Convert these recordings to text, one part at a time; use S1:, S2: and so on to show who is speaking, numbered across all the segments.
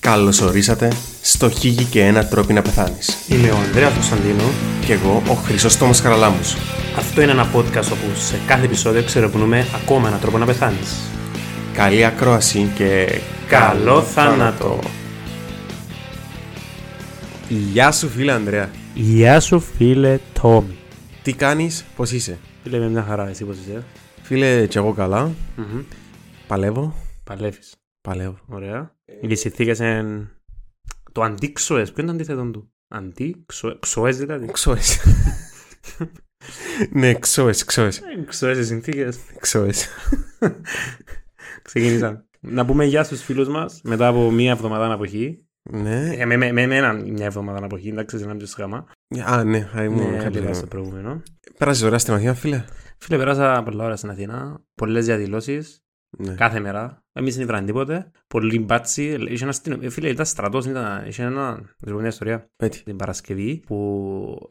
S1: Καλώς ορίσατε στο Χίγη και ένα τρόπο να πεθάνεις.
S2: Είμαι ο Ανδρέας Κωνσταντίνο.
S1: Κι εγώ ο Χρυσόστομος Χαραλάμπους.
S2: Αυτό είναι ένα podcast όπου σε κάθε επεισόδιο ξερευνούμε ακόμα έναν τρόπο να πεθάνεις.
S1: Καλή ακρόαση και...
S2: Καλό θάνατο.
S1: Γεια σου φίλε Ανδρέα.
S2: Γεια σου φίλε Τόμι.
S1: Τι κάνεις, πώς είσαι.
S2: Φίλε με μια χαρά, εσύ πώς είσαι.
S1: Φίλε και εγώ καλά.
S2: Mm-hmm.
S1: Παλεύω.
S2: Παλεύεις.
S1: Παλεύω.
S2: Ωραία. Οι συνθήκες εν... Το αντίξοες, ποιο είναι το αντίθετο του. Αντίξοες, ξοές δηλαδή.
S1: Ξόες. ναι, ξόες, ξόες.
S2: Ε, Ξοές οι συνθήκες.
S1: Ξόες.
S2: Ξεκίνησα. Να πούμε γεια στους φίλους μας μετά από μια εβδομάδα αναποχή.
S1: Ναι.
S2: Ε, με, με, με, με έναν- μια εβδομάδα αναποχή, εντάξει, σε έναν πιο σχάμα.
S1: Α, ναι, θα ήμουν
S2: Ναι,
S1: καλύτερα.
S2: πήγα στο προηγούμενο.
S1: Πέρασες ωραία στη μαθήνα, φίλε.
S2: Φίλε, πέρασα πολλά ώρα στην Αθήνα. Πολλές διαδηλώσεις.
S1: Ναι.
S2: Κάθε μέρα. Εμείς δεν ήβραν τίποτε. Πολύ μπάτσι. Είχε ένας αστυνο- ε, Φίλε, ήταν στρατός. Ήταν... Είχε ένα. Να σου πω μια ιστορία.
S1: Πέτει.
S2: Την Παρασκευή που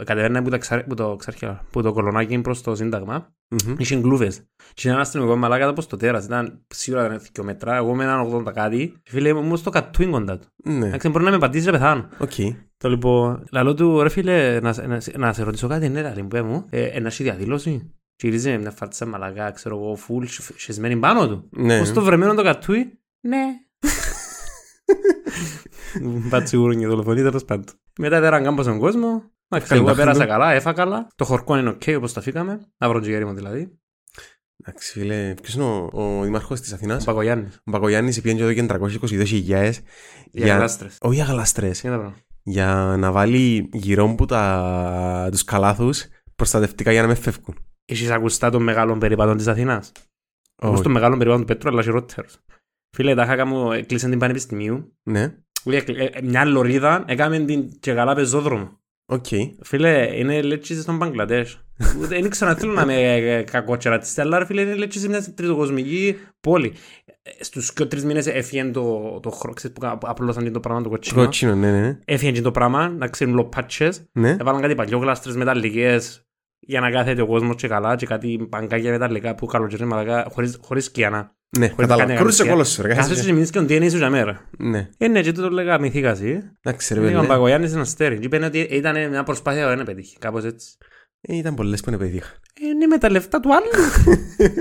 S2: κατεβαίνανε που, τα ξα... που το, ξαρχιά, που το κολονάκι προς το Σύνταγμα.
S1: Μμμ.
S2: Είχε γκλούβες. Και ένα αστυνομικό μαλάκα ήταν προς το τέρας. Ήταν σίγουρα ήταν δύο μέτρα. Εγώ με έναν 80 κάτι. Φίλε, μου στο κατουίν κοντά του.
S1: Ναι,
S2: Εντάξει, μπορεί να με πατήσεις, να πεθάνω.
S1: οκ.
S2: Το λοιπόν, λαλό του, ρε φίλε, να, να, να σε ρωτήσω κάτι, ναι, λαλή, μου, πέ μου, ε, ένα έχει διαδήλωση. Γυρίζει με μια φάτσα μαλακά, ξέρω εγώ, φουλ, σι- σισμένη πάνω του.
S1: Ναι.
S2: Πώς το βρεμένο το κατούι, ναι. Πατσιούρν και δολοφονεί, τέλος πάντων. Μετά τέραν κάμπο στον κόσμο. Εντάξει,
S1: Έκανε
S2: εγώ
S1: τα
S2: πέρασα
S1: χάλια.
S2: καλά, έφα καλά. Το χορκό είναι οκ, όπως τα φύγαμε. Αύριο τζιγέρι μου δηλαδή.
S1: Εντάξει, φίλε, ποιος είναι ο, ο δημαρχός της Αθηνάς.
S2: Ο Πακογιάννης.
S1: Ο Μπακογιάννης πήγαινε εδώ και 322.000
S2: Για γλάστρες.
S1: όχι για γλαστρές,
S2: Τι είναι τα πράγματα.
S1: για να βάλει γύρω που τα... τους καλάθους προστατευτικά για να με φεύγουν.
S2: Έχεις ακουστά των μεγάλων περιπάτων της Αθηνάς. Όπως των μεγάλων περιπάτων του Πέτρου, αλλά χειρότερος. Φίλε, τα είχα μου, έκλεισαν την Πανεπιστημίου
S1: Ναι,
S2: Λέει, ε, ε, Μια λωρίδα έκαμε την και καλά πεζόδρομο.
S1: οκ.
S2: Φίλε, είναι λέξεις στον Μπαγκλαντές. Ούτε- Δεν ξέρω να θέλω να είμαι ε, κακότσερατιστή, αλλά ρε φίλε είναι λέξεις σε μια τριτοκοσμική πόλη. Ε, Στους και τρεις μήνες έφυγε το, το χρόνο, ξέρεις που κα- απλώσαν και το πράγμα το κοτσίνο.
S1: Κότσινο, ναι, ναι, ναι.
S2: Έφυγε και το πράγμα, να ξέρουν λοπάτσες.
S1: ναι.
S2: Έβαλαν κάτι παλιό γλάστρες μεταλλικές για να κάθεται ο κόσμος και καλά και κάτι παγκάκια μεταλλικά που καλοκαιρινή μαλακά χωρίς, χωρίς κιανά.
S1: Ναι, κατάλαβα.
S2: κάνει
S1: Κρούσε
S2: αγαρσία.
S1: κόλλος σου, ρε, κάθεσαι
S2: Κάθεσαι και μείνεις και ο DNA σου για μέρα.
S1: και- Ναι,
S2: Ε, ναι, και τούτο λέγα μυθήκα εσύ.
S1: εντάξει ρε
S2: Ήταν ο
S1: παιδί.
S2: Παγκογιάννης ένα στέρι. Και Είπε ναι, ότι ήταν μια προσπάθεια που δεν πετύχει. Κάπως έτσι.
S1: Ε, Ήταν πολλές που είναι παιδίχα.
S2: Ε, Είναι με τα λεφτά του άλλου.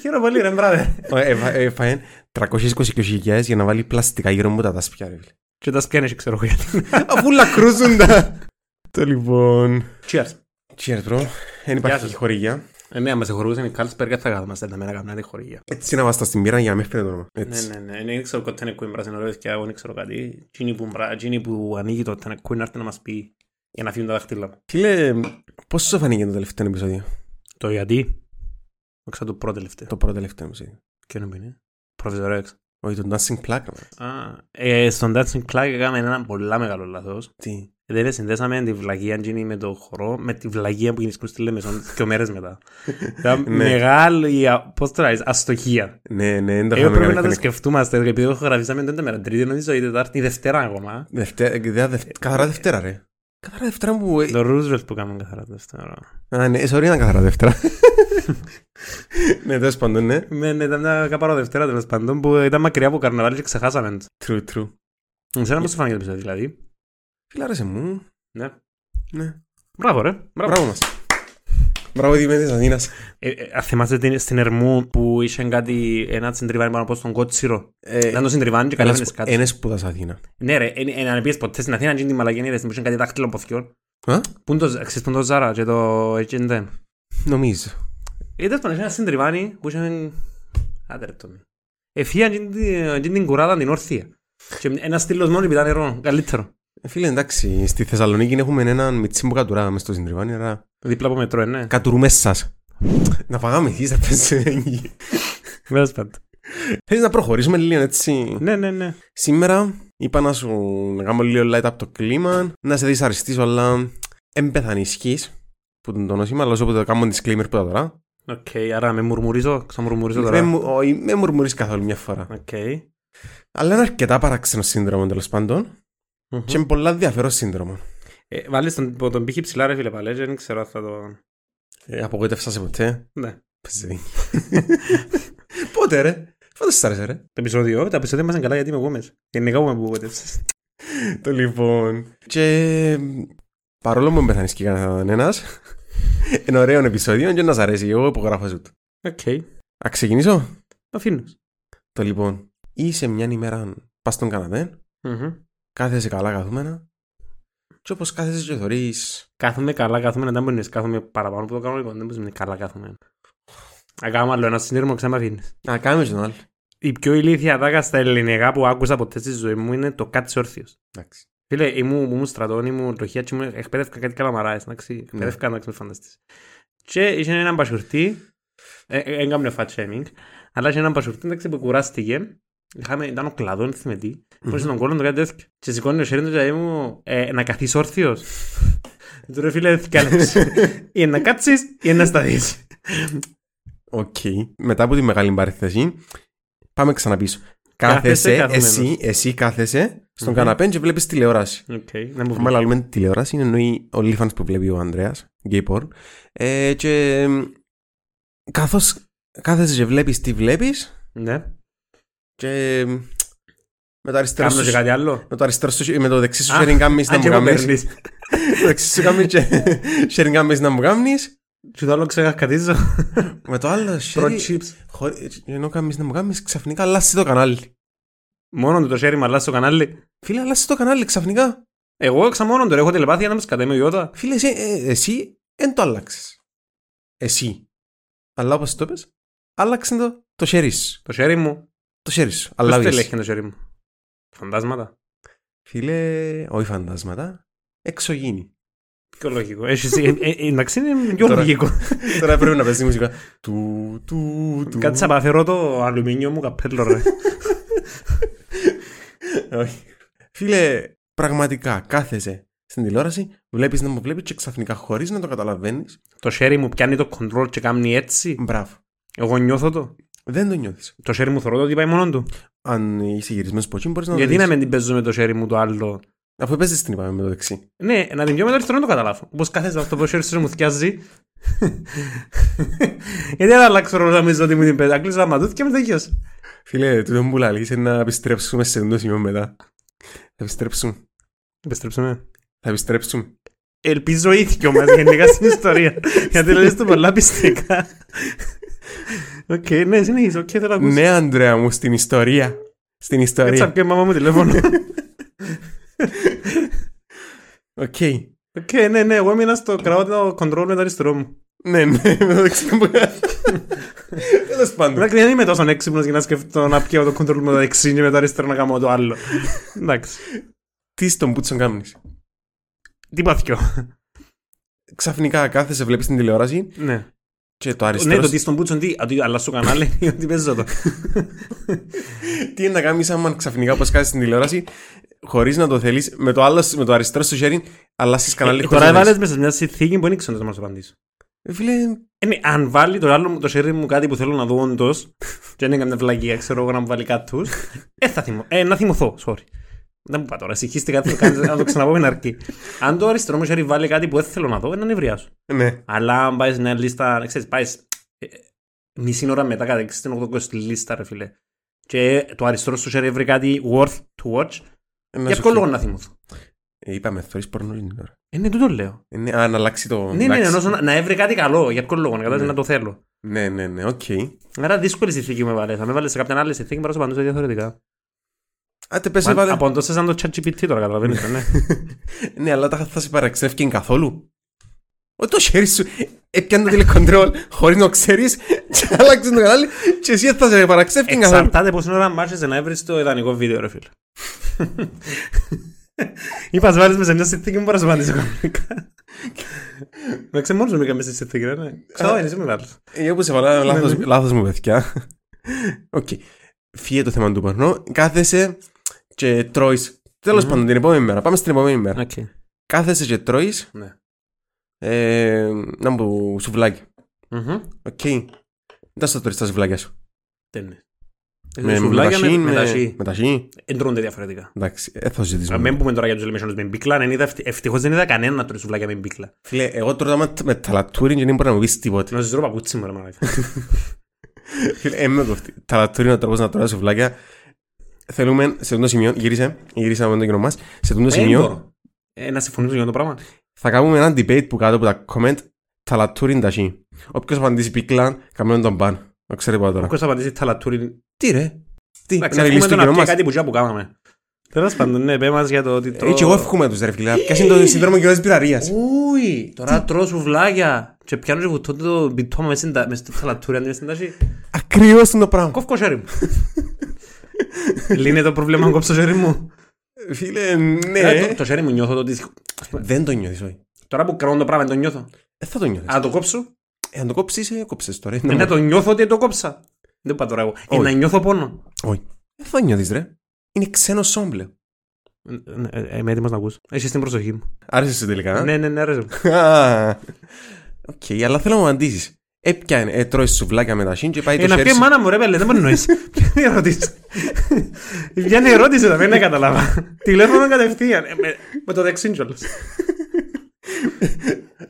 S2: Χαίρομαι πολύ, ρε μπράδε.
S1: Ε, Έφαγε 322.000 για να βάλει πλαστικά γύρω μου τα τάσπια, ρε φίλε.
S2: Και τα σπιάνεσαι, ξέρω εγώ γιατί.
S1: Αφού λακρούζουν τα... Το λοιπόν...
S2: Cheers.
S1: Cheers, bro. Δεν υπάρχει
S2: σας.
S1: χορηγία.
S2: Ε, ναι, άμα σε χορηγούσαν οι Κάλσπεργκ, θα κάθομαστε να μένα καμνάτη χορηγία.
S1: Έτσι να βάστα στην πύρα για να με έφερε το όνομα.
S2: Ναι,
S1: Έτσι.
S2: ναι, ναι. Δεν ξέρω κότε είναι κουίν πράσινο ρεύκια, εγώ δεν ξέρω κάτι. Τζίνι που, μπρα- τζίνι που ανοίγει το τένε κουίν να έρθει να μας πει για να φύγουν τα δάχτυλα μου.
S1: Φίλε, πώς σου φανήκε το τελευταίο επεισόδιο,
S2: Το γιατί. Όξα το πρώτο τελευταίο.
S1: το πρώτο τελευταίο επεισόδιο.
S2: Ποιο είναι που είναι. Professor X.
S1: Όχι, το Dancing Plug. ρε.
S2: Α, ε, στον Dancing Plug έκαμε ένα πολλά μεγάλο λάθος.
S1: Τι.
S2: Ε, Δεν συνδέσαμε τη βλαγία Τζίνι με το χορό με τη βλαγία που γεννήσκουν στη Λεμεσόν δύο μέρες μετά. Ήταν
S1: Ναι.
S2: μεγάλη, α- πώς το λες, αστοχία.
S1: Ναι, ναι, δεν το
S2: Εγώ
S1: είχαμε
S2: πρέπει
S1: κάνει.
S2: να το
S1: κανένα.
S2: σκεφτούμαστε, επειδή το γραφήσαμε τότε μέρα. Τρίτη νομίζω ή Τετάρτη ή Δευτέρα ακόμα.
S1: Δευτέρα, ε, δε- δε-
S2: Ε,
S1: καθαρά Δευτέρα, ρε. Καθαρά Δευτέρα μου. ε.
S2: Το Roosevelt που κάνουμε καθαρά Δευτέρα.
S1: Α, ναι, sorry, ήταν καθαρά Δευτέρα. Ναι, τέλος πάντων, ναι.
S2: Ναι, ναι, ήταν μια καπαρό Δευτέρα τέλος πάντων που ήταν μακριά από καρναβάλι και ξεχάσαμε. το.
S1: True, true.
S2: Εσένα πώς σου φάνηκε το επεισόδιο δηλαδή.
S1: Φιλάρεσε μου.
S2: Ναι.
S1: Ναι.
S2: Μπράβο ρε. Μπράβο.
S1: Μπράβο μας. Μπράβο, Δημήτρης Αθήνας.
S2: Ε, ε, αν θυμάστε την- στην Ερμού που είχε κάτι, ένα συντριβάνι πάνω από στον Κότσιρο.
S1: Ε,
S2: Ήταν το συντριβάνι και
S1: ένας-
S2: καλέφτες κάτω.
S1: ένας σπούδας Αθήνα.
S2: Ναι ρε, εν, εν, αν πήγες ποτέ στην Αθήνα και την Μαλαγένη είδες μου κάτι δάχτυλο ποθιών.
S1: Α,
S2: Πού είναι το, ξέρεις που είναι το Ζάρα και το H&M. Ε,
S1: νομίζω.
S2: Είδες πάνω, είχε ένα συντριβάνι που είχε... Άντε ρε τόμι. Εφύγαν και την- και την κουράδα την όρθια. Και ένα στήλος μόνο πιτά νερό, καλύτερο.
S1: Ε, Φίλε, εντάξει, στη Θεσσαλονίκη έχουμε έναν μιτσί που κατουρά μες στο συντριβάνι, άρα
S2: Δίπλα από μετρό, ε, ναι.
S1: κατουρούμε σας. Να φαγάμε εσείς, ρε, πες.
S2: Βέβαια πάντα.
S1: Θέλεις να προχωρήσουμε λίγο έτσι.
S2: Ναι, ναι, ναι.
S1: Σήμερα είπα να σου να κάνω λίγο light up το κλίμα, να σε δυσαρεστήσω, αλλά εμπεθανισχύς που τον το νόσημα, αλλά όσο που το κάνω disclaimer που τα τώρα.
S2: Οκ, άρα με μουρμουρίζω, ξαμουρμουρίζω
S1: Δεν
S2: τώρα.
S1: μου, όχι, με μουρμουρείς καθόλου μια φορά.
S2: Οκ.
S1: Αλλά είναι αρκετά παράξενο σύνδρομο τέλος πάντων
S2: Μμμ.
S1: και με πολλά ενδιαφέρον σύνδρομο.
S2: Ε, Βάλεις τον τον πύχη ψηλά ρε φίλε παλέ, και δεν ξέρω αν θα το...
S1: Ε, απογοήτευσα σε ποτέ.
S2: Ναι.
S1: Πες, δεν. Πότε ρε. Πότε σ' άρεσε, ρε.
S2: Το επεισόδιο, τα επεισόδια μας είναι καλά γιατί είμαι εγώ μέσα. Γενικά είμαι που ποτέψεις.
S1: Το λοιπόν. Και παρόλο που με πεθανείς και κανένας, είναι ωραίο επεισόδιο και να σ' αρέσει. Εγώ υπογράφω σου. το.
S2: Οκ.
S1: Α ξεκινήσω.
S2: Αφήνω.
S1: Το λοιπόν. Είσαι μια ημέρα πας στον καναπέ,
S2: Μμμ.
S1: κάθεσαι καλά καθούμενα. Και όπως κάθεσαι και θωρείς,
S2: Κάθομαι καλά, κάθομαι να τα μπορείς. Κάθομαι παραπάνω από το κανονικό. Δεν μπορείς να είναι καλά κάθομαι. Αγάμα άλλο ένα συνήρμο ξανά αφήνεις.
S1: να κάνουμε και τον άλλο.
S2: Η πιο ηλίθια τάκα στα ελληνικά που άκουσα ποτέ στη ζωή μου είναι το κάτσε όρθιος.
S1: Εντάξει.
S2: Φίλε, ήμουν, ήμουν στρατών, ήμουν το χιάτσι μου, εκπαίδευκα κάτι καλαμαράες, εντάξει, εκπαίδευκα, εντάξει, με φανταστείς. Και είχε έναν πασουρτή, ε, ε, έγκαμνε fat shaming, αλλά είχε έναν πασουρτή, εντάξει, που κουράστηκε, Είχαμε, ήταν ο κλαδόν δεν θυμάμαι τι, Πώς τον κόλλον του κάτι τέτοιο. Και σηκώνει ο χέρι του και λέει μου, «Ε, να καθείς όρθιος. Του ρε φίλε, θυκάλεψε. Ή να κάτσεις ή να σταθείς.
S1: Οκ. Μετά από τη μεγάλη παρένθεση, πάμε ξανά πίσω. Κάθεσαι,
S2: καθούμενος.
S1: εσύ, εσύ κάθεσαι στον
S2: Μμμ.
S1: καναπέ και βλέπεις τηλεόραση.
S2: Οκ, να μου
S1: Άμα
S2: βγει.
S1: λαλούμε τηλεόραση, είναι εννοεί ο Λίφανς που βλέπει ο Ανδρέας, gay porn. Ε, και μ, καθώς κάθεσαι και βλέπεις τι βλέπεις
S2: Ναι,
S1: και μ, με το αριστερό
S2: κάνω
S1: σου...
S2: και κάτι άλλο.
S1: Με το, αριστερό σου, χέρι- με το δεξί σου
S2: Α,
S1: sharing κάνεις να
S2: Αν
S1: μου
S2: και μου
S1: κάνεις.
S2: παίρνεις.
S1: Το δεξί σου κάνεις και sharing κάνεις να μου κάνεις.
S2: Σου το άλλο ξεχαρκατίζω.
S1: Με το άλλο
S2: Pro
S1: sharing...
S2: chips.
S1: χωρί- Ενώ κάνεις να μου κάνεις, ξαφνικά αλλάζει το κανάλι.
S2: Μόνο του το share μου αλλάζει το κανάλι.
S1: Φίλε, αλλάζει το κανάλι ξαφνικά.
S2: Εγώ ξαμόνον τώρα, έχω τηλεπάθεια να με σκατάει με ιώτα.
S1: Φίλε, εσύ, ε, εσύ εν το άλλαξες. Εσύ. Αλλά όπως το είπες, άλλαξε το, το sharing σου.
S2: Το share μου.
S1: Το χέρις σου.
S2: Πώς
S1: Αλλά
S2: τελέχει το share μου. Φαντάσματα.
S1: Φίλε, όχι φαντάσματα. Εξωγήινη.
S2: Πιο λογικό. Έχεις- ε, ε, ε, Εντάξει, είναι πιο
S1: Τώρα-
S2: λογικό.
S1: Τώρα πρέπει να παίζει μουσικά. Του, του, του.
S2: Κάτσε να παραφέρω το αλουμίνιο μου καπέλο, ρε.
S1: Όχι. Φίλε, πραγματικά κάθεσαι στην τηλεόραση, βλέπεις να μου βλέπεις και ξαφνικά χωρίς να το καταλαβαίνεις.
S2: Το χέρι μου πιάνει το control και κάνει έτσι.
S1: Μπράβο.
S2: Εγώ νιώθω το.
S1: Δεν το νιώθεις.
S2: Το χέρι μου θωρώ το ότι πάει μόνο του.
S1: Αν είσαι γυρισμένο ποτσί, μπορείς να το
S2: Γιατί
S1: δεις.
S2: να μην την παίζω με το χέρι μου το άλλο.
S1: Αφού παίζει την είπαμε με το δεξί.
S2: Ναι, να την πιω με το αριστερό να το καταλάβω. Όπως κάθεσαι αυτό το χέρι σου μου θυκιάζει. Γιατί να αλλάξω ρόλο να μην ζω ότι μου την παίζω. Ακλείσω τα ματούθ και με τελειώσει.
S1: Φίλε, τούτο που λαλείς είναι να επιστρέψουμε σε ένα σημείο μετά. Θα επιστρέψουμε.
S2: Επιστρέψαμε.
S1: Θα επιστρέψουμε.
S2: Ελπίζω ίδιο μας γενικά στην ιστορία. Γιατί λες το πολλά πιστικά. Οκ, ναι, συνεχίζω. Οκ, θέλω να ακούσω.
S1: Ναι, Αντρέα μου, στην ιστορία. Στην
S2: Έτσι απ'
S1: ιστορία.
S2: και η μαμά μου τηλέφωνο.
S1: Οκ.
S2: Οκ, ναι, ναι, εγώ έμεινα στο crowd control με το αριστερό μου.
S1: Ναι, ναι, με το δεξί μου.
S2: Ε,
S1: Τέλος πάντων.
S2: Εντάξει, δεν είμαι τόσο έξυπνος για να σκεφτώ να πιω το control με το δεξί και με το αριστερό να κάνω το άλλο. Εντάξει.
S1: Τι στον πούτσον κάνεις.
S2: Τι παθιό.
S1: Ξαφνικά κάθεσαι, βλέπεις την τηλεόραση
S2: Ναι.
S1: και το
S2: Ναι,
S1: αριστερό.
S2: το
S1: σου-
S2: τι στον πούτσον τι, α, τι, αλλάζω κανάλι, ότι παίζω το.
S1: Τι είναι να κάνεις άμα ξαφνικά όπως κάθεσαι στην τηλεόραση χωρίς να το θέλεις, με το, άλλο, με το αριστερό στο sharing αλλάσεις κανάλι.
S2: Ε,
S1: χωρίς
S2: Τώρα
S1: να
S2: έβαλες μέσα σε μια συνθήκη που δεν ήξερα να μας απαντήσω.
S1: θέλεις. Φίλε,
S2: Ε, ναι, αν βάλει το άλλο μου το σερί μου κάτι που θέλω να δω όντως, και αν έκανε βλακία, ξέρω εγώ να μου βάλει κάτι ε, θα θυμω, ε, να θυμωθώ, sorry. Δεν μου είπα τώρα, συγχύστηκα, θα το κάνεις, να το ξαναπώ είναι αρκεί. Αν το αριστερό μου σερί βάλει κάτι που δεν θέλω να δω, ε, να νευριάσω.
S1: ναι.
S2: Αλλά αν πάεις σε μια λίστα, ξέρεις, πάεις ε, μισή ώρα μετά, κατά στην 80η λίστα, ρε φίλε. Και το αριστερό σου σερί βρει κάτι worth to watch,
S1: Να
S2: για
S1: σου
S2: ποιο λόγο
S1: φύγει.
S2: να θυμωθώ.
S1: Ε, Είπαμε, θωρείς πορνό την ώρα.
S2: Ε, ναι, τούτο λέω.
S1: Ε, Ναι, αν αλλάξει το...
S2: Ναι, ναι, ναι,
S1: εντάξει.
S2: ενώ να, να έβρε κάτι καλό, για ποιο λόγο, να κατάλαβες,
S1: Ναι.
S2: να το θέλω.
S1: ναι, ναι, ναι, οκ.
S2: Άρα δύσκολη συνθήκη με βάλε. Θα με βάλε σε κάποια άλλη συνθήκη παρά παντού διαφορετικά.
S1: Άντε πες,
S2: Μα-
S1: έβαλε.
S2: Από εντό σαν το ChatGPT τώρα καταλαβαίνετε, ναι.
S1: Ναι, αλλά τα θα σε παραξεύκει καθόλου. Ό, το χέρι σου έπιανε το τηλεκοντρόλ χωρίς να το ξέρεις και άλλαξες το κανάλι και εσύ θα σε παραξεύκει καθόλου.
S2: Εξαρτάται πόση ώρα μάχεσαι να έβρεις το ιδανικό βίντεο, ρε φίλε. Είπα, βάλεις με σε μια συνθήκη μου παρασβάνεις κανονικά. Με ξεμόνους με σε συνθήκη, ρε, ναι. Ξέρω, είναι σήμερα.
S1: Ε, όπως σε βάλα λάθος,
S2: ναι.
S1: λάθος μου παιδιά. Οκ. Φύγε το θέμα του παρνό. Κάθεσαι και τρώεις. Τέλος
S2: Μμμ. Ναι.
S1: πάντων την επόμενη μέρα. Πάμε στην επόμενη μέρα.
S2: Οκ.
S1: Κάθεσαι και τρώεις.
S2: Ναι.
S1: Ε, να μου σουβλάκι.
S2: Μμμ.
S1: Οκ. Δεν θα τρώεις τα σουβλάκια σου.
S2: Τέλει.
S1: Με-
S2: Σουβλάκια Ε, με- με τα σι.
S1: με τα σι.
S2: Δεν τρώνται διαφορετικά.
S1: Εντάξει, ε, θα
S2: Α, Μην
S1: συζητήσουμε.
S2: πούμε τώρα για τους ελεμεσιόνους με μπίκλα. δεν είδα- Ευτυχώς δεν είδα κανένα να τρώει σουβλάκια με μπίκλα.
S1: Φίλε, εγώ τρώω τα με- με ταλατούριν και δεν μπορώ να μου πεις τίποτα.
S2: Να ζητώ παπούτσι μου, ρε μαλάκα.
S1: Φίλε, ε, με κοφτεί. Ταλατούρινο τρόπος να τρώω σουβλάκια. Θέλουμε σε αυτό το σημείο, γύρισε, γύρισαμε τον κοινό μας. Σε αυτό το
S2: Δεν
S1: σημείο
S2: μπορώ. Ε, να συμφωνήσω για αυτό το πράγμα.
S1: θα κάνουμε ένα debate που κάτω από τα comment ταλατούριν τα χ. Όποιος απαντήσει πίκλαν, καμένον τον μπαν. Το ξέρετε πάντα τώρα.
S2: Όποιος απαντήσει θαλατούρι
S1: Τι ρε. Τι,
S2: Εντάξει,
S1: να
S2: εύχομαι
S1: λύσει
S2: το
S1: τον
S2: να
S1: κοινό
S2: πιει
S1: μας.
S2: κάτι που τζιά που κάναμε. Τέλος πάντων, ναι, πέ μας για το ότι
S1: Ε,
S2: τρώω...
S1: και εγώ εύχομαι τους ρε φίλε. Ποιος είναι το σύνδρομο κοινωνικής πειραρίας.
S2: Ούι, τώρα τρώω σουβλάκια και πιάνω και βουτώ το μπιτό μες στην τα- μες στο θαλατούρι αντί μες στην τάση.
S1: Ακριβώς είναι το πράγμα.
S2: Κόφω το χέρι μου. Λύνε το πρόβλημα να κόψω το χέρι μου.
S1: Φίλε,
S2: Ε,
S1: ναι.
S2: το- Το χέρι μου νιώθω το ότι...
S1: Δεν το νιώθεις, όχι.
S2: Τώρα που κάνω το πράγμα δεν το νιώθω.
S1: Ε, θα το νιώθεις.
S2: Αν το κόψω,
S1: Ε, αν το κόψεις, ε, κόψες τώρα.
S2: ε, να το νιώθω ότι το κόψα. Δεν πάω τώρα εγώ. Ε,
S1: Όχι.
S2: Να νιώθω πόνο.
S1: Όχι. Δεν Ε, θα νιώθεις ρε. Είναι ξένο σόμπλε.
S2: Ε, ναι, ε, Είμαι έτοιμος να ακούσω. Έχεις την προσοχή μου.
S1: Άρεσες σου τελικά. α?
S2: Ναι, ναι, ναι, αρέσει.
S1: Α, Οκ, αλλά θέλω να μου απαντήσεις. Έπιανε, ε, τρώει σουβλάκια με τα σύν και πάει
S2: Ε,
S1: το
S2: να πει
S1: χέρι
S2: η
S1: σου.
S2: μάνα μου ρε πέλε, δεν μπορεί να νοείς. Ποια είναι η ερώτηση. Ποια είναι η ερώτηση, δεν να καταλάβα. Τηλέφωνο κατευθείαν. Ε, με- Με το δεξί κιόλας.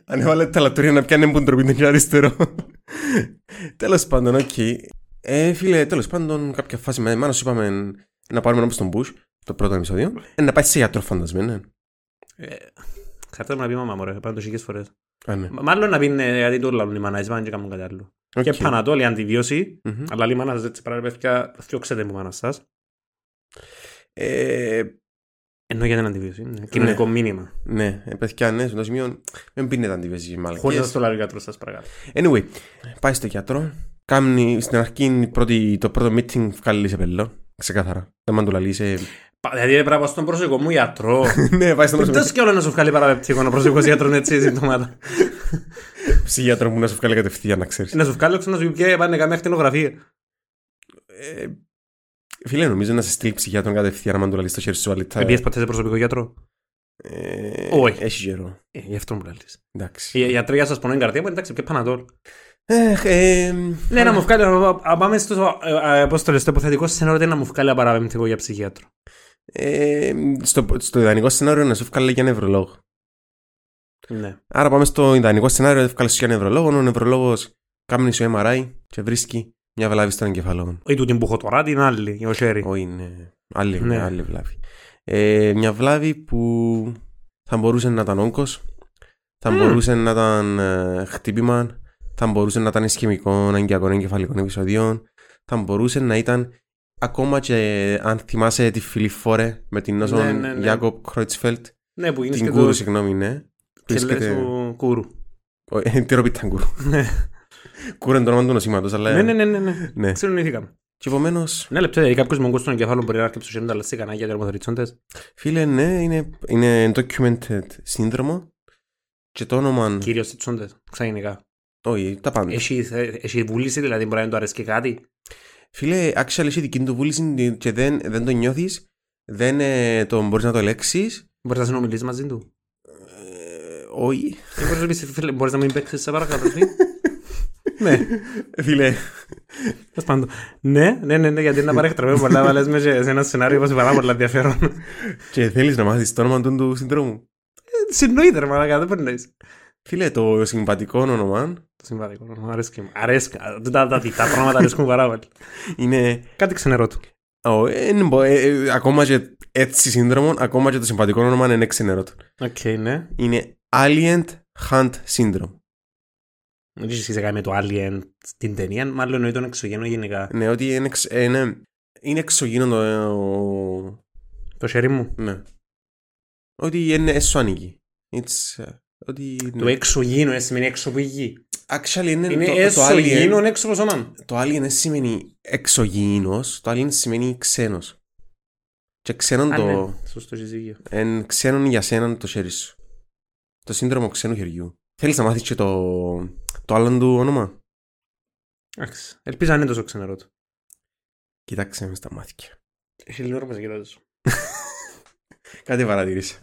S1: Αν έβαλε τα λατρεία να πιάνε που ντροπή δεν είναι αριστερό. Τέλος πάντων, οκ. Ε, φίλε, τέλος πάντων, κάποια φάση με εμένα σου είπαμε να πάρουμε ένα στον Bush, το πρώτο επεισόδιο. Ε, να πάει σε γιατρό φαντασμένο.
S2: Καρτά Ε, μου να πει η μαμά μου ρε, πάνω το σιγές φορές.
S1: Α, ναι.
S2: Μ- Μάλλον να πει ναι, γιατί το λαλούν οι μανάδες, πάνε και κάνουν κάτι άλλο. Και
S1: Οκ.
S2: Πανατόλη αντιβίωση,
S1: Μμμ.
S2: αλλά λέει η μάνα σας έτσι παραπέφτια, θιώξετε μου μάνας σας.
S1: Ε,
S2: Ενώ για την αντιβίωση, ναι. κοινωνικό μήνυμα.
S1: ναι, ε, παιδιά, ναι, σε ένα σημείο μην πίνετε αντιβέζι
S2: Χωρίς να
S1: μαλακίες.
S2: στο λαλεί ο γιατρός σας παρακάτω.
S1: Anyway, πάει στο γιατρό, κάνει στην αρχή η πρώτη- το πρώτο meeting βγάλει σε πελό, ξεκάθαρα. Δεν μ' του λαλεί σε...
S2: Πα- Δηλαδή πρέπει να πάω στον πρόσωπο μου γιατρό.
S1: Ναι, πάει στον
S2: Δεν σκέφτομαι να σου βγάλει παραπεπτικό να προσεχώς γιατρόν έτσι συμπτώματα.
S1: ψυχιατρό μου να σου βγάλει κατευθείαν να ξέρεις.
S2: Να σου βγάλω ξανά σου πει ποια πάνε καμία χτενογραφία.
S1: Ε, Φίλε, νομίζω να σε στείλει ψυχιατρό κατευθείαν να μ' του λαλείς στο χέρι σου αλήθεια.
S2: Επειδή πατέ σε προσωπικό γιατρό.
S1: Ε,
S2: Όχι.
S1: Έχει καιρό.
S2: Ε, γι' αυτό μου λαλείς.
S1: Εντάξει.
S2: Η γιατρία σας πονάει η καρδία μου, εντάξει, ποιο πανατόλ.
S1: Εχ, ε,
S2: Λέει Ναι, να μου βγάλει, α- α- πάμε στο, ε, ε, πώς το λέω, στο υποθετικό σενάριο να μου βγάλει απαραπεμπτικό για ψυχίατρο.
S1: ε, στο, στο ιδανικό σενάριο να σου βγάλει για νευρολόγο.
S2: Ναι.
S1: Άρα πάμε στο ιδανικό σενάριο, βγάλει σου για νευρολόγο, ο νευρολόγος κάνει σου MRI και βρίσκει μια βλάβη στον εγκεφαλό.
S2: Ή του την που έχω τώρα, την άλλη, για το χέρι.
S1: Όχι, είναι άλλη,
S2: Ναι.
S1: άλλη βλάβη. Ε, μια βλάβη που θα μπορούσε να ήταν όγκος, θα
S2: Μμμ.
S1: μπορούσε να ήταν ε, χτύπημα, θα μπορούσε να ήταν ισχυμικό, αγκιακό, εγκεφαλικών επεισοδιών, θα μπορούσε να ήταν ακόμα και αν θυμάσαι τη φιλιφόρε με την νόσο
S2: Ναι, ναι, ναι.
S1: Γιάκοπ Κρόιτσφελτ,
S2: Ναι, που γίνεις
S1: την
S2: και
S1: κούρου,
S2: το
S1: συγγνώμη, ναι.
S2: ξελές
S1: Βρίσκεται-
S2: του κούρου.
S1: Ο- ε, Τι ροπή ήταν κούρου. Κούρου είναι το όνομα του νοσήματος, αλλά...
S2: Ναι, ναι, ναι, ναι, ναι.
S1: ναι.
S2: Ξενονήθηκαμε.
S1: Και επομένως,
S2: Ένα λεπτό, δηλαδή κάποιος με ογκό στον εγκεφάλο μπορεί να αρκεψει χέρι με τα λαστικά για τερματοριτσόντες.
S1: Φίλε, ναι, είναι, είναι documented σύνδρομο και το όνομα...
S2: Κυρίως τριτσόντες, ξαγενικά.
S1: Όχι, τα πάντα.
S2: Έχει θε- Έχει βούληση, δηλαδή μπορεί να του αρέσκει κάτι.
S1: Φίλε, actually έχει δική του βούληση και δεν, δεν το νιώθεις, δεν ε, το μπορείς να το ελέξεις.
S2: Μπορείς να συνομιλήσεις μαζί του.
S1: Ε, όχι.
S2: Και μπορείς να πεις, φίλε, μπορείς να μην παίξεις σε παρακάτω. τι? Ναι,
S1: Φίλε,
S2: τέλος πάντων. Ναι, ναι, ναι, ναι, γιατί είναι παρέκτρα. Πολλά να βάλεις μέσα σε ένα σενάριο που είναι πάρα πολύ ενδιαφέρον.
S1: και θέλεις να μάθεις το όνομα του, του συνδρόμου.
S2: Συνοείται, ρε μαλακά, δεν μπορεί να είσαι.
S1: Φίλε, το συμπατικό όνομα
S2: Το συμβατικό, μου αρέσκει. μου. Αρέσκει. Α, Τα τα δικά πράγματα αρέσκουν πάρα πολύ.
S1: είναι...
S2: Κάτι ξενερό του.
S1: Ω, ε, δεν μπο- ε, ε, ακόμα και έτσι σύνδρομο, ακόμα και το συμπατικό όνομα είναι ξενερό του.
S2: Οκ, ναι.
S1: Είναι Alien Hunt Syndrome.
S2: Δεν ξέρεις τι σε κάνει με το Alien στην ταινία, μάλλον εννοεί τον εξωγενό γενικά.
S1: Ναι, ότι είναι, εξ- ε, ναι, είναι εξωγήινο το... ε, ο-
S2: Το χέρι μου.
S1: Ναι. Ότι είναι σου ανήκει. It's, uh, ότι
S2: Το
S1: ναι.
S2: εξωγήινο ε, σημαίνει έξω από η γη.
S1: Actually είναι,
S2: Είναι
S1: το, το, alien,
S2: εξωγήινο έξω από το σώμα μου.
S1: το alien δεν σημαίνει εξωγήινος, το alien σημαίνει ξένος. Και ξένον
S2: Α,
S1: το...
S2: ναι. Σωστό συζύγιο.
S1: Εν ξένον για σέναν το χέρι σου. Το σύνδρομο ξένου χεριού. Θέλεις να μάθεις και το, το άλλο του όνομα.
S2: Εντάξει. Ελπίζω να είναι τόσο ξενερό του.
S1: Κοιτάξε μες στα μάτια.
S2: Έχει λίγο ώρα που σε κοιτάζω.
S1: Κάτι παρατηρήσα.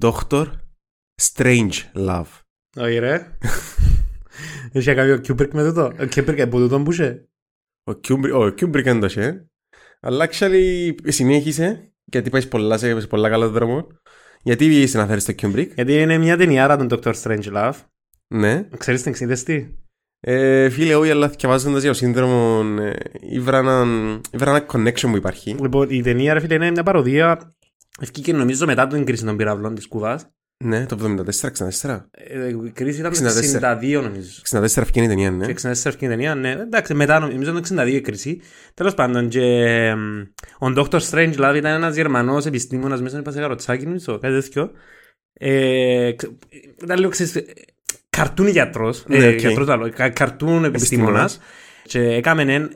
S1: Doctor Strange Love.
S2: Όχι ρε. Είχε κάποιο Κιούπρικ με τούτο. Ο Κιούπρικ από τούτο που είσαι.
S1: Ο Κιούμπρι- Ο Κιούμπρικ δεν το είχε. Αλλά actually συνέχισε γιατί πάει πολλά, σε σε πολλά καλά δρόμο. Γιατί βγήκε να φέρει το Κιούμπρικ.
S2: Γιατί είναι μια ταινιάρα των Dr. Strangelove.
S1: Ναι.
S2: Ξέρεις την ξύδες τι.
S1: Ε, φίλε, όχι, αλλά διαβάζοντα για το σύνδρομο, ε, ήβρα έναν- ήβρα ένα connection που υπάρχει.
S2: Λοιπόν, η ταινία, ρε φίλε, είναι μια παροδία. Ευκήκε νομίζω μετά την κρίση των πυραυλών της Κουβά.
S1: Ναι, το 74-64.
S2: Ε, η κρίση ήταν το
S1: 64.
S2: 62, νομίζω.
S1: 64 ευκαιρία η ταινία, ναι.
S2: Και 64 ευκαιρία ταινία, ναι. Εντάξει, μετά νομίζω ήταν το 62 η κρίση. Τέλος πάντων, και εμ, ο Dr. Strange, δηλαδή, ήταν ένας Γερμανός επιστήμονας μέσα σε ένα καροτσάκι, νομίζω, κάτι τέτοιο. Ε, ξε- ήταν λίγο, ξέρεις, ε, καρτούν γιατρός,
S1: Ναι,
S2: ε,
S1: οκ.
S2: γιατρός άλλο, κα- καρτούν επιστήμονας. Και έκαμε ένα...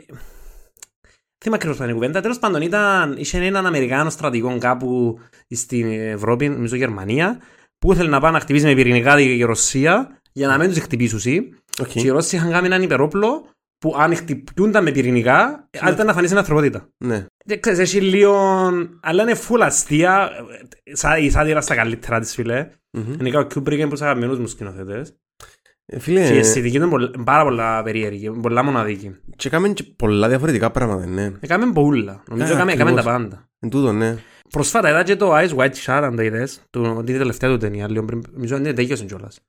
S2: Δεν είμαι ακριβώς πάνω η κουβέντα. Τέλος πάντων, ήταν, είχε έναν Αμερικάνο στρατηγό κάπου στην Ευρώπη, νομίζω Γερμανία, που ήθελε να πάει να χτυπήσει με πυρηνικά τη Ρωσία για να μην τους χτυπήσει ουσία.
S1: Οκ.
S2: Και οι Ρώσοι είχαν κάνει έναν υπερόπλο που αν χτυπιούνταν με πυρηνικά, αν ήταν να φανεί στην ανθρωπότητα.
S1: Ναι.
S2: Δεν Ναι. ξέρεις, έχει λίγο... Αλλά είναι full αστεία, ε, σαν- η σάτυρα στα καλύτερα της φίλε.
S1: Μμμ.
S2: Γενικά ο Κιούμπρικ είναι προς αγαπημένους μου σκηνοθέτες.
S1: Ε, Φίλε,
S2: Και η αισθητική είναι πολλ- πάρα πολλά περίεργη, πολλά μοναδική.
S1: και κάμεν και πολλά διαφορετικά πράγματα, ναι.
S2: Έκαμε πολλά, νομίζω
S1: Ε,
S2: έκαμε έκαμε τα
S1: ακριβώς.
S2: πάντα.
S1: Εν τούτο, ναι.
S2: Προσφάτα είδα και το Ice White Shot, αν το είδες, του- την τελευταία του ταινία, λίγο πριν, νομίζω είναι τέγιος κιόλας.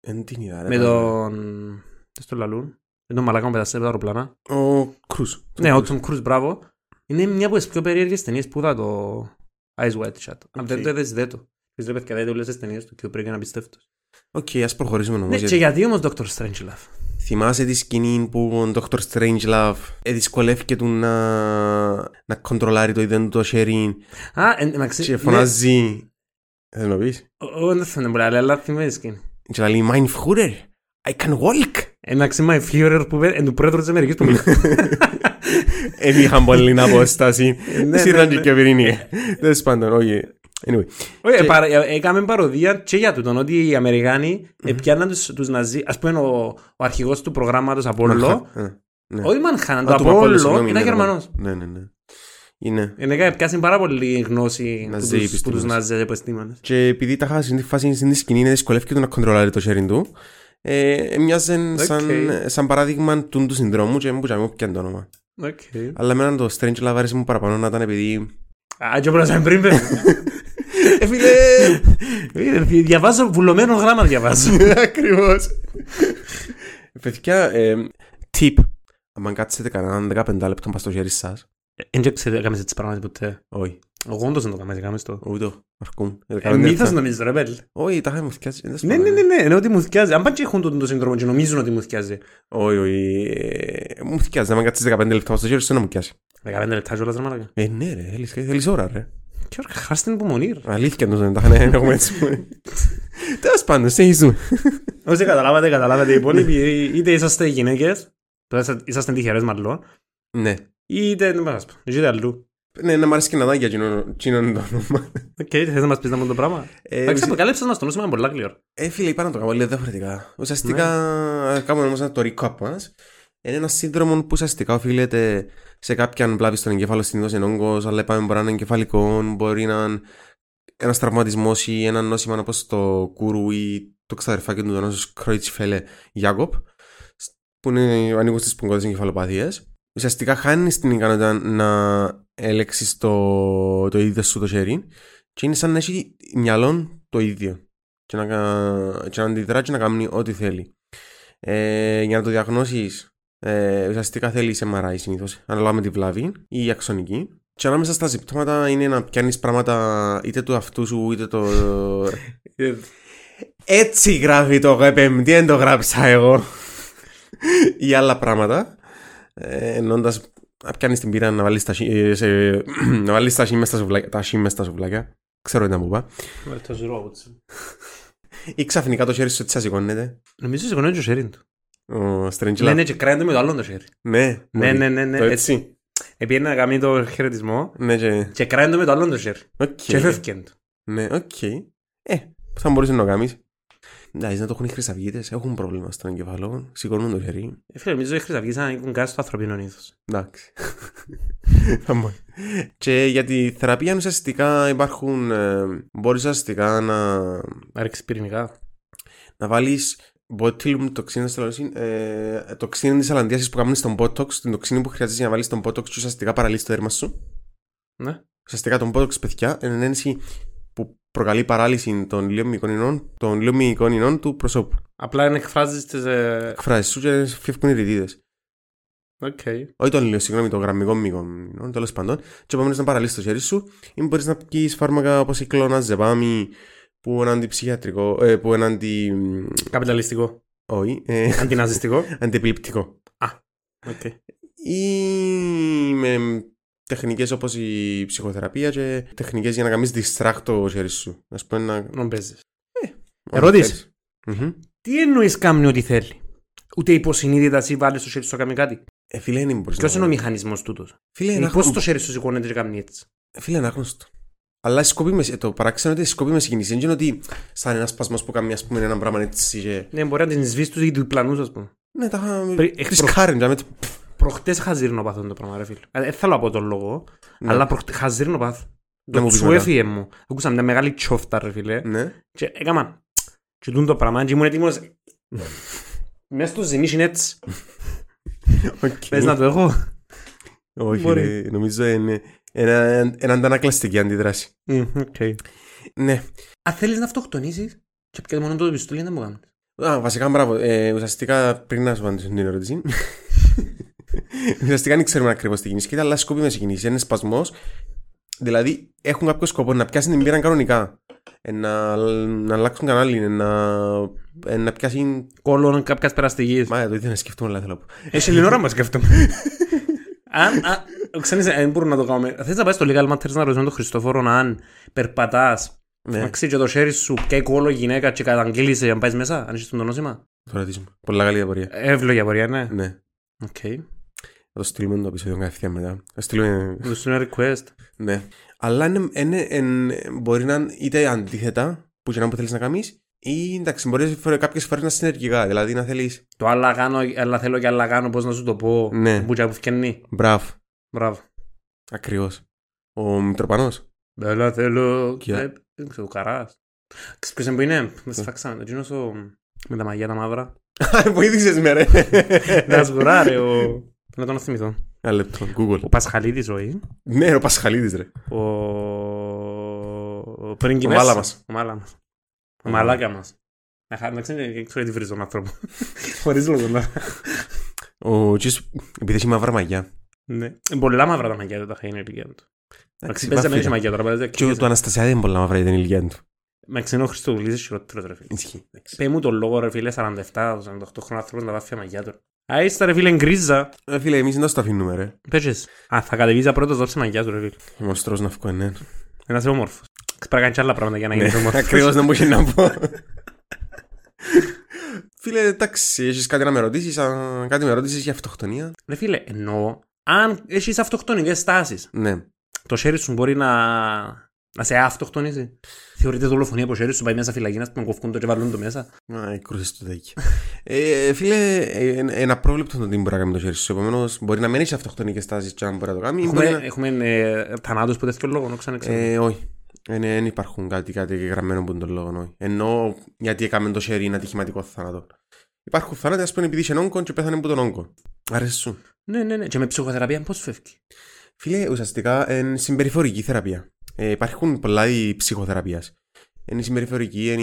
S1: Εν την είδα, ρε.
S2: Με
S1: πάρα.
S2: τον... Τι στο λαλούν, με τον μαλακά μου πέτασε από τα αεροπλάνα.
S1: Ο Κρούς.
S2: Ναι, ο Tom Cruise, μπράβο. Είναι μια από τις πιο περίεργες ταινίες που είδα το Eyes Wide Shut. Αν δεν το είδες, δε το. Τις ρε παιδιά, δείτε όλες τις ταινίες του Kubrick είναι απίστευτος.
S1: Οκ, ας προχωρήσουμε
S2: Ναι,
S1: όμως.
S2: και
S1: γιατί
S2: γιατί όμως Dr. Strangelove.
S1: Θυμάσαι τη σκηνή που ο Dr. Strangelove ε, δυσκολεύτηκε του να, να κοντρολάρει το ίδιο του το χέρι
S2: Α, εν- ναι, να ξέρεις...
S1: και φωνάζει. Θες να πεις?
S2: Δεν θέλω να πω, αλλά θυμίζεις σκηνή.
S1: Και λέει, Mein Führer, I can walk.
S2: Εντάξει, my Führer που πέ- εν του πρόεδρου της Αμερικής που μιλάει.
S1: Εν είχαν πολλή απόσταση.
S2: ναι,
S1: Σύρναν και
S2: ναι.
S1: και πυρήνη. Τέλος πάντων, όχι. Anyway.
S2: Όχι, παρα- ε, Έκαμε παροδία και για τούτον ότι οι Αμερικάνοι επιάναν τους- τους Ναζί. Ας πούμε ο ο αρχηγός του προγράμματος Apollo.
S1: Μανχα- ε, ναι.
S2: Όχι Manhattan,
S1: Α,
S2: το
S1: του Παπόλου,
S2: Apollo
S1: συγγνώμη,
S2: ήταν
S1: ναι,
S2: Γερμανός.
S1: Ναι, ναι, ναι. Είναι.
S2: Γενικά έπιασε πάρα πολύ γνώση
S1: Ναζί
S2: που τους- που
S1: επιστήμονες.
S2: τους Ναζί επιστήμονες.
S1: Και επειδή τα χάσει τη φάση στην σκηνή, είναι δυσκολεύτηκε του να κοντρολάρει το sharing του. Ε, μοιάζαν
S2: Οκ.
S1: σαν, σαν παράδειγμα του του συνδρόμου και μου πουτσαμε πια το όνομα.
S2: Οκ.
S1: Αλλά με έναν το Strange Love άρεσε μου παραπάνω να ήταν επειδή...
S2: Α, και πρέπει να πριν
S1: Ε, φίλε!
S2: Ε, Διαβάζω βουλωμένο γράμμα διαβάζω.
S1: Ακριβώς. Παιδιά, ε, tip. Αν κάτσετε κανέναν 15 λεπτό πας στο χέρι σας.
S2: Ε, Εν και ξέρετε, έκαμε έτσι πράγματα ποτέ.
S1: Όχι.
S2: Εγώ όντως δεν το έκαμε, έκαμε το.
S1: Ούτε. Αρκούν.
S2: Ε, Μύθος νομίζω ρε πέλ.
S1: Όχι, τα είχαμε φτιάξει. δεν
S2: Ναι,
S1: σπάμε.
S2: ναι, ναι, ναι, ενώ ότι μου θυκιάζει. Αν πάνε και έχουν τον σύνδρομο και νομίζουν ότι μου θυκιάζει.
S1: Όχι, όχι. ε, Μου φτιάζει. Αν κάτσεις 15 λεπτά πας στο χέρι σου, να μου πιάσει.
S2: 15 λεπτά κιόλας ρε μαλακά.
S1: Ε, ναι, ρε. θέλεις- Θέλεις ώρα, ρε.
S2: Και ώρα χάρη στην υπομονή ρε.
S1: Αλήθεια εντός δεν τα είχαν έχουμε έτσι. Τέλος πάντων, συνεχίζουμε.
S2: Όσοι καταλάβατε, καταλάβατε οι υπόλοιποι. Είτε είσαστε γυναίκες, τώρα είσα- είσαστε τυχερές μάλλον,
S1: Ναι.
S2: είτε δεν μας πω, είτε αλλού.
S1: Ναι, να μ' αρέσει και να δω για εκείνον εκείνον το όνομα.
S2: Οκ, θες να μας πεις να πούμε το πράγμα.
S1: Ε,
S2: Εντάξει,
S1: ουσια-
S2: αποκαλύψες μας το νου σήμερα πολλά κλειόρ.
S1: Ε, φίλε, είπα να το κάνω λίγο διαφορετικά. Ουσιαστικά, κάνουμε όμως ένα το recap μας. Είναι ένα σύνδρομο που ουσιαστικά οφείλεται σε κάποιαν βλάβη στον εγκέφαλο συνήθως εν όγκος, αλλά είπαμε μπορεί να είναι εγκεφαλικό, μπορεί να είναι ένας τραυματισμός ή ένα νόσημα όπως το κούρου ή το ξαδερφάκι του νόσου Κρόιτσφέλε Γιάκοπ, που είναι, ανήκουν στις πουγκώδες εγκεφαλοπαθίες. Ουσιαστικά χάνεις την ικανότητα να ελέξεις το, το ίδιο σου το χέρι και είναι σαν να έχει μυαλόν το ίδιο και να, κα- και να αντιδρά και να κάνει ό,τι θέλει. Ε, για να το διαγνώσεις, ε, ουσιαστικά θέλει MRI συνήθως, ανάλογα με τη βλάβη ή αξονική. Και ανάμεσα στα συμπτώματα είναι να πιάνεις πράγματα είτε του αυτού σου είτε το. Ε, Έτσι γράφει το GPM, τι δεν το γράψα εγώ. ή άλλα πράγματα. Ε, Ενώντα να πιάνεις την πείρα να βάλεις τα, σι- ε, σε- να βάλεις τα σι μες στα σουβλάκια- τα σι μες στα σουβλάκια. Ξέρω τι να μου είπα.
S2: Το ζουρό,
S1: Ή ξαφνικά το χέρι σου έτσι θα σηκώνεται.
S2: Νομίζω σηκωνάει και ο χέρι του.
S1: Ο Strange
S2: Ναι, ναι, και κράνεται με το άλλο το χέρι.
S1: Ναι,
S2: Ναι,
S1: μπορεί.
S2: ναι, ναι, ναι.
S1: Το
S2: Έτσι.
S1: έτσι.
S2: Επειδή να κάνει το χαιρετισμό
S1: Ναι, και...
S2: και κράνεται με το άλλο το χέρι.
S1: Οκ.
S2: Και φεύγει του.
S1: Ναι, οκ. Ε, που θα μπορούσες να το κάνεις. Εντάξει, να το έχουν οι χρυσαυγίτες, έχουν πρόβλημα στον εγκεφαλό, σηκώνουν το χέρι.
S2: Ε, Φίλε, νομίζω οι χρυσαυγείς ανήκουν κάτι στο ανθρωπίνο ήθος.
S1: Εντάξει. Θα μου- και για τη θεραπεία ουσιαστικά υπάρχουν, ε, μπορείς ουσιαστικά να,
S2: Να ρίξεις πυρηνικά.
S1: να βάλεις botulinum τοξίνη ε, τοξίνη της αλαντίασης που κάνουν στον Botox, την τοξίνη που χρειάζεσαι για να βάλεις στον Botox και ουσιαστικά παραλύσει το δέρμα σου.
S2: Ναι.
S1: Ουσιαστικά τον Botox, παιδιά, είναι ένση που προκαλεί παράλυση των λιωμικών ινών, των λιωμικών ινών του προσώπου.
S2: Απλά είναι εκφράζεις τις.
S1: Εκφράσει σου και φεύγουν οι διδίδε.
S2: Οκ.
S1: Όχι τον ήλιο, συγγνώμη, το γραμμικό μήκο. Τέλος πάντων. Και επομένως να παραλύσεις το χέρι σου ή μπορείς να πιει φάρμακα όπως η κλώνα ζεπάμι που είναι αντιψυχιατρικό. Ε, που είναι αντι.
S2: Καπιταλιστικό.
S1: Όχι. Ε,
S2: Αντιναζιστικό.
S1: αντιεπιληπτικό.
S2: Οκ.
S1: Ή με τεχνικές όπως η ψυχοθεραπεία και τεχνικές για να κάνεις distract το χέρι σου. Ας πούμε να.
S2: Τον παίζει. Ερώτηση.
S1: θέλεις. Μμμ.
S2: Τι εννοείς κάνει ό,τι θέλει. Ούτε υποσυνείδητα ή βάλεις το χέρι σου να κάνει κάτι.
S1: Ε, φίλε, δεν μπορείς
S2: Ποιο
S1: να-
S2: είναι ο μηχανισμός τούτος.
S1: Φίλε, είναι
S2: Πώ
S1: άγνωστο.
S2: το χέρι σου σηκώνεται και κάνει έτσι.
S1: Φίλε, είναι άγνωστο. Αλλά σκοπίμες, ε, το παράξενο είναι ότι σκοπίμες κινήσεις. Δεν είναι ότι σαν ένας σπασμός που κάνει ας πούμε ένα πράγμα έτσι και...
S2: Ναι, μπορεί να την σβήσεις τους ή του διπλανού, ας πούμε.
S1: Ναι, τα είχα...
S2: Πρι- εκπρο-
S1: Ρισκάρεν, δηλαδή,
S2: Προχτέ χαζίρνο παθόν το πράγμα, ρε φίλε. Ε, Δεν θέλω να πω τον λόγο,
S1: Ναι.
S2: αλλά προχτές χαζίρνο παθ.
S1: μου
S2: Το
S1: πεις
S2: σου
S1: μετά.
S2: έφυγε μου. Ακούσα μια μεγάλη τσόφτα, ρε φίλε.
S1: Ναι.
S2: Και έκανα. Και τούν το πράγμα, και ήμουν έτοιμος. Μες στο ζυμί είναι έτσι.
S1: Οκ.
S2: Πες να το έχω.
S1: Όχι,
S2: Μπορεί.
S1: ρε, νομίζω είναι ένα, ένα αντανακλαστική αντίδραση. Ναι.
S2: Αν θέλεις να αυτοκτονήσεις, και πιέζει μόνο το πιστολί να μου κάνεις.
S1: Α, βασικά, μπράβο. Ε, ουσιαστικά, πριν να σου απαντήσω την ερώτηση. ουσιαστικά δεν ξέρουμε ακριβώς τι κινήσκεται, αλλά σκοπίμες οι κινήσεις. Είναι σπασμός. Δηλαδή, έχουν κάποιο σκοπό να πιάσουν την πύρα κανονικά. Ε, να, να αλλάξουν κανάλι, ε, να, ε, να πιάσουν
S2: Κόλλον κάποιας περαστηγής.
S1: Μα το ίδιο να σκεφτούμε, αλλά θέλω να πω.
S2: Έχει λίγο ώρα μας σκέφτομαι. Αν, α, ξέρεις, ε, δεν μπορούμε να το κάνουμε. Θες να πάει στο Legal Matters να ρωτήσουμε τον Χριστοφόρο αν περπατάς,
S1: Ναι,
S2: αξίζει και το χέρι σου, πιάει κόλλο γυναίκα και καταγγείλεις ε, αν πάεις μέσα, αν έχεις τον το νόσημα.
S1: το ρωτήσουμε. Πολλά καλή απορία.
S2: Εύλογη απορία, ναι.
S1: Ναι.
S2: Οκ.
S1: Θα το στείλουμε το επεισόδιο κατευθείαν μετά. Θα στείλουμε.
S2: Μου στείλουν ένα request.
S1: Ναι. Αλλά είναι, είναι, εν- μπορεί να είναι είτε αντίθετα, που και να που θέλεις να κάνεις, ή εντάξει, μπορείς κάποιες φορές να είναι συνεργικά. Δηλαδή να θέλεις.
S2: Το άλλα κάνω, αλλά θέλω και άλλα κάνω, πώς να σου το πω.
S1: Ναι.
S2: Μπούτια που φκαινεί.
S1: Μπράβο.
S2: Μπράβο.
S1: Ακριβώς. Ο Μητροπανό.
S2: Αλλά θέλω...
S1: Και-
S2: Ε, Δεν ξέρω, ο Καράς. Ξέρεις ποιος είναι που είναι, με σφάξαμε. Εκείνος ο... Με τα μαγιά τα μαύρα.
S1: Βοήθησες με, ρε.
S2: Να σγουρά, ρε, ο... Να τον θυμηθώ.
S1: Ένα λεπτό. Google.
S2: Ο Πασχαλίδης, όχι.
S1: Ναι, ρε, ο Πασχαλίδης, ρε.
S2: Ο... Ο πρίγκιπας.
S1: Ο Μάλαμας.
S2: Ο Μάλαμας. Ο μαλάκα μας. Να χα- να ξέρει, δεν ξέρω τι βρίζω τον άνθρωπο. Χωρίς λόγο να...
S1: Ο Τζις. Επειδή έχει μαύρα μαγιά.
S2: Ναι. Πολλά μαύρα τα μαγιά του τα χαίρια ηλικία του. Εντάξει, παίζει
S1: βάφει,
S2: να μην έχει
S1: ρε.
S2: μαγιά τώρα, παίζει να
S1: Και
S2: κοιτάζει.
S1: του Αναστασιάδη είναι πολλά μαύρα, ήταν η ηλικία του.
S2: Με ξενό Χριστουγλής είναι χειρότερος ρε φίλε.
S1: Ισχύει. εντάξει.
S2: Πέ μου τον λόγο ρε φίλε 47-48 χρόνο άνθρωπος να βάφει αμαγιά του. Α, είσαι ρε φίλε γκρίζα.
S1: Ε, Φίλε, εμείς δεν το αφήνουμε, ρε.
S2: Πέτσες. Α, θα κατεβίζα πρώτος δόψε μαγιά του ρε φίλε.
S1: Μονστρό να φκω, ναι.
S2: Ένας όμορφος. Πρέπει να κάνεις και άλλα πράγματα για να γίνεις όμορφος.
S1: Ακριβώ να μου έχει να πω. Φίλε, εντάξει, έχεις κάτι να με ρωτήσεις, αν κάτι με ρωτήσεις για αυτοκτονία.
S2: Ρε φίλε, εννοώ, αν έχεις αυτοκτονικές στάσεις,
S1: Ναι.
S2: το χέρι σου μπορεί να, να σε αυτοκτονίζει. Θεωρείται δολοφονία από χέρι σου, πάει μέσα φυλακή να πούμε κοφκούν το και βάλουν το μέσα.
S1: Α, η κρούση του δέκη. ε, φίλε, ε, ε, ένα πρόβλεπτο το τι μπορεί να κάνει με το χέρι σου. Επομένως, μπορεί να μην έχεις αυτοκτονικέ τάσει, και αν μπορεί να το κάνει. ή
S2: Έχουμε,
S1: Μπορεί να...
S2: έχουμε ε, θανάτους που τέτοιο λόγο, ξανά ξανά.
S1: ε, όχι. Δεν ε, ναι, εν υπάρχουν κάτι, κάτι γραμμένο που είναι τον λόγο. Όχι. Ενώ γιατί έκαμε το χέρι είναι ατυχηματικό θάνατο. Υπάρχουν θάνατοι, ας πούμε, επειδή είχε όγκο και πέθανε από τον όγκο. Άρεσε σου.
S2: Ναι, ναι, ναι. Και με ψυχοθεραπεία πώς φεύγει.
S1: Φίλε, ουσιαστικά είναι συμπεριφορική θεραπεία. Ε, υπάρχουν πολλά είδη ψυχοθεραπεία. Είναι η συμπεριφορική, είναι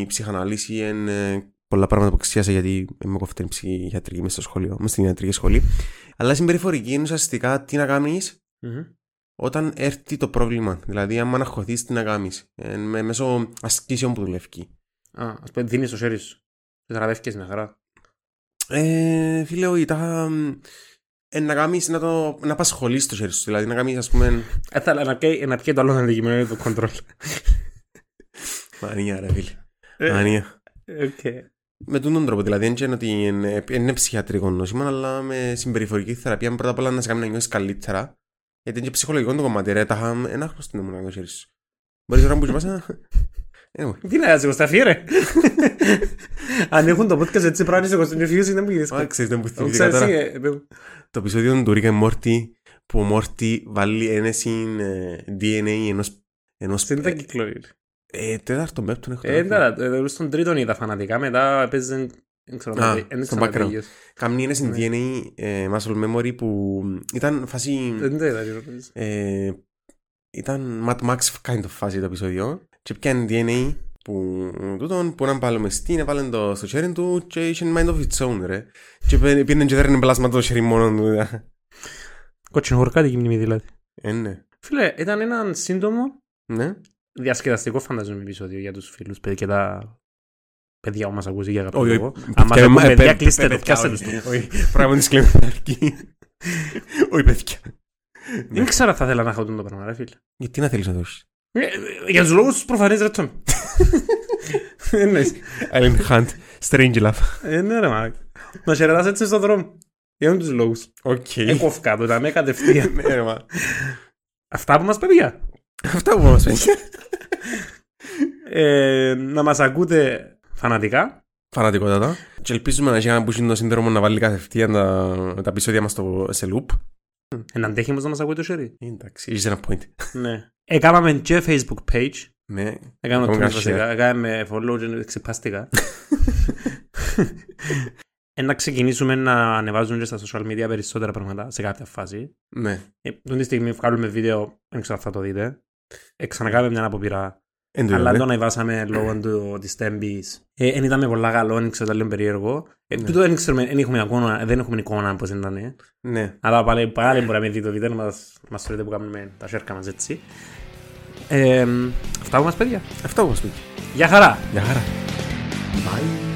S1: η ψυχανάλυση, είναι ε, πολλά πράγματα που ξέσα γιατί είμαι κοφτή ψυχιατρική μέσα στο σχολείο, μέσα στην ιατρική σχολή. Αλλά η συμπεριφορική είναι ουσιαστικά τι να κάνεις
S2: Μμμ.
S1: όταν έρθει το πρόβλημα. Δηλαδή, αν αναχωθείς, τι να κάνεις. Ε, με- μέσω ασκήσεων που δουλεύει.
S2: Α, ας πούμε, δίνεις το χέρι σου. Και θεραπεύκες μια χαρά.
S1: Ε, φίλε, όχι, τα. Ε, να κάνεις να, το... να απασχολεί το χέρι σου. Δηλαδή, να κάνεις, ας πούμε.
S2: Ε, θα, να, πιέ, να πιέ το άλλο αντικείμενο είναι το κοντρόλ.
S1: Μανία, ρε φίλε. Μανία.
S2: Οκ.
S1: Με τον τρόπο, δηλαδή, δεν είναι ότι είναι, είναι ψυχιατρικό νόσημα, αλλά με συμπεριφορική θεραπεία πρώτα απ' όλα να σε κάνει να νιώσει καλύτερα. Γιατί είναι και ψυχολογικό το κομμάτι, ρε, τα είχα ένα χρωστή μου να το χέρι σου. Μπορείς τώρα να μπούσεις μέσα. Anyway.
S2: Τι να σε κοσταφεί ρε. Αν έχουν το podcast έτσι πράγμα σε κοσταφεί φύγεις δεν μου γίνεις.
S1: Α, ξέρεις, δεν μου
S2: Το
S1: θυμήθηκα
S2: ξέρεις
S1: τώρα.
S2: ε, ε, ε,
S1: Το επεισόδιο του Rick and Morty, που ο Morty βάλει ένα συν ε, DNA ενός... ενός
S2: Δεν ήταν κυκλοίδη.
S1: ε, τέταρτο πέπτον έχω
S2: Ε,
S1: τώρα.
S2: εντάξει, ε, στον τρίτον είδα φανατικά, μετά έπαιζε. Δεν ξέρω,
S1: Α,
S2: δεν- δεν
S1: στον
S2: ξέρω,
S1: background.
S2: πήγες.
S1: Κάνει ένα
S2: Ναι.
S1: συν DNA ε, muscle memory που ήταν φάση...
S2: Δεν δηλαδή, το είδα, τι ρωτήσεις.
S1: Ε, ήταν Mad Max kind of φάση το επεισόδιο και πιάνει DNA που τούτον που να πάλι μεστή, να βάλει το στο χέρι του και είχε mind of its own ρε. Και πήρε και δέρνει πλάσμα το χέρι μόνο του.
S2: Κοτσινοχορκάτη γυμνή δηλαδή.
S1: Ε, ναι.
S2: Φίλε, ήταν ένα σύντομο
S1: Ναι.
S2: διασκεδαστικό φαντάζομαι επεισόδιο για τους φίλους παιδιά και τα παιδιά που μας ακούσει για κάποιο
S1: Όχι,
S2: λόγο.
S1: παιδιά,
S2: Αν μας
S1: παιδιά,
S2: ακούν
S1: παιδιά,
S2: παιδιά,
S1: παιδιά,
S2: κλείστε το,
S1: παιδιά,
S2: πιάστε τους.
S1: όχι. Όχι, Πράγμα της κλεμμυδαρκή. Όχι παιδιά. Ναι.
S2: Δεν ξέρω αν θα ήθελα να έχω το πράγμα, ρε φίλε.
S1: Γιατί να θέλεις να το έχεις.
S2: Ε, ε, Για τους λόγους τους προφανείς ρε Τόμι. Ε, Εννοείς.
S1: Island Hunt, Strange Love.
S2: Ε, Ναι ρε μάνα. Να χαιρετάς έτσι στον δρόμο. Για όλους τους λόγους.
S1: Οκ.
S2: Έκοφκα το, τα με κατευθείαν.
S1: Ε, Ναι, ρε, μα.
S2: Αυτά που μας παιδιά.
S1: Αυτά που μας πεις.
S2: Ε, να μας ακούτε φανατικά.
S1: Φανατικότατα. Και ελπίζουμε να έχει έναν που έχει το σύνδρομο να βάλει κατευθείαν τα, τα επεισόδια μας στο, σε loop.
S2: Εν αντέχει όμως να μας ακούει το χέρι.
S1: Εντάξει, έχεις ένα point.
S2: Ναι. Έκαναμε και facebook page.
S1: Ναι.
S2: Έκανα το
S1: Έκαναμε
S2: tweet
S1: share.
S2: βασικά. Έκαναμε follow και ξεπάστηκα. Ε, να ξεκινήσουμε να ανεβάζουμε και στα social media περισσότερα πράγματα σε κάποια φάση.
S1: Ναι.
S2: Ε, Τον τη στιγμή βγάλουμε βίντεο, δεν ξέρω αν θα το δείτε. Ε, Ξανακάμε μια αποπειρά.
S1: Εν τω
S2: Αλλά
S1: είδατε.
S2: το ανεβάσαμε λόγω του, της τέμπης. Ε, Εν ήταν πολλά καλό, δεν ξέρω, ήταν λίγο περίεργο. Ε,
S1: Ναι.
S2: τούτο δεν ξέρουμε, δεν έχουμε ακόμα, δεν έχουμε εικόνα πώς ήταν. ε.
S1: Ναι.
S2: Αλλά πάλι, πάλι μπορεί να μην δείτε το βίντεο, να μας, μας το δείτε που κάνουμε τα σέρκα μας έτσι. Ε, αυτά που μας παιδιά.
S1: Αυτά που μας πει.
S2: Γεια χαρά!
S1: Γεια χαρά.
S2: Bye.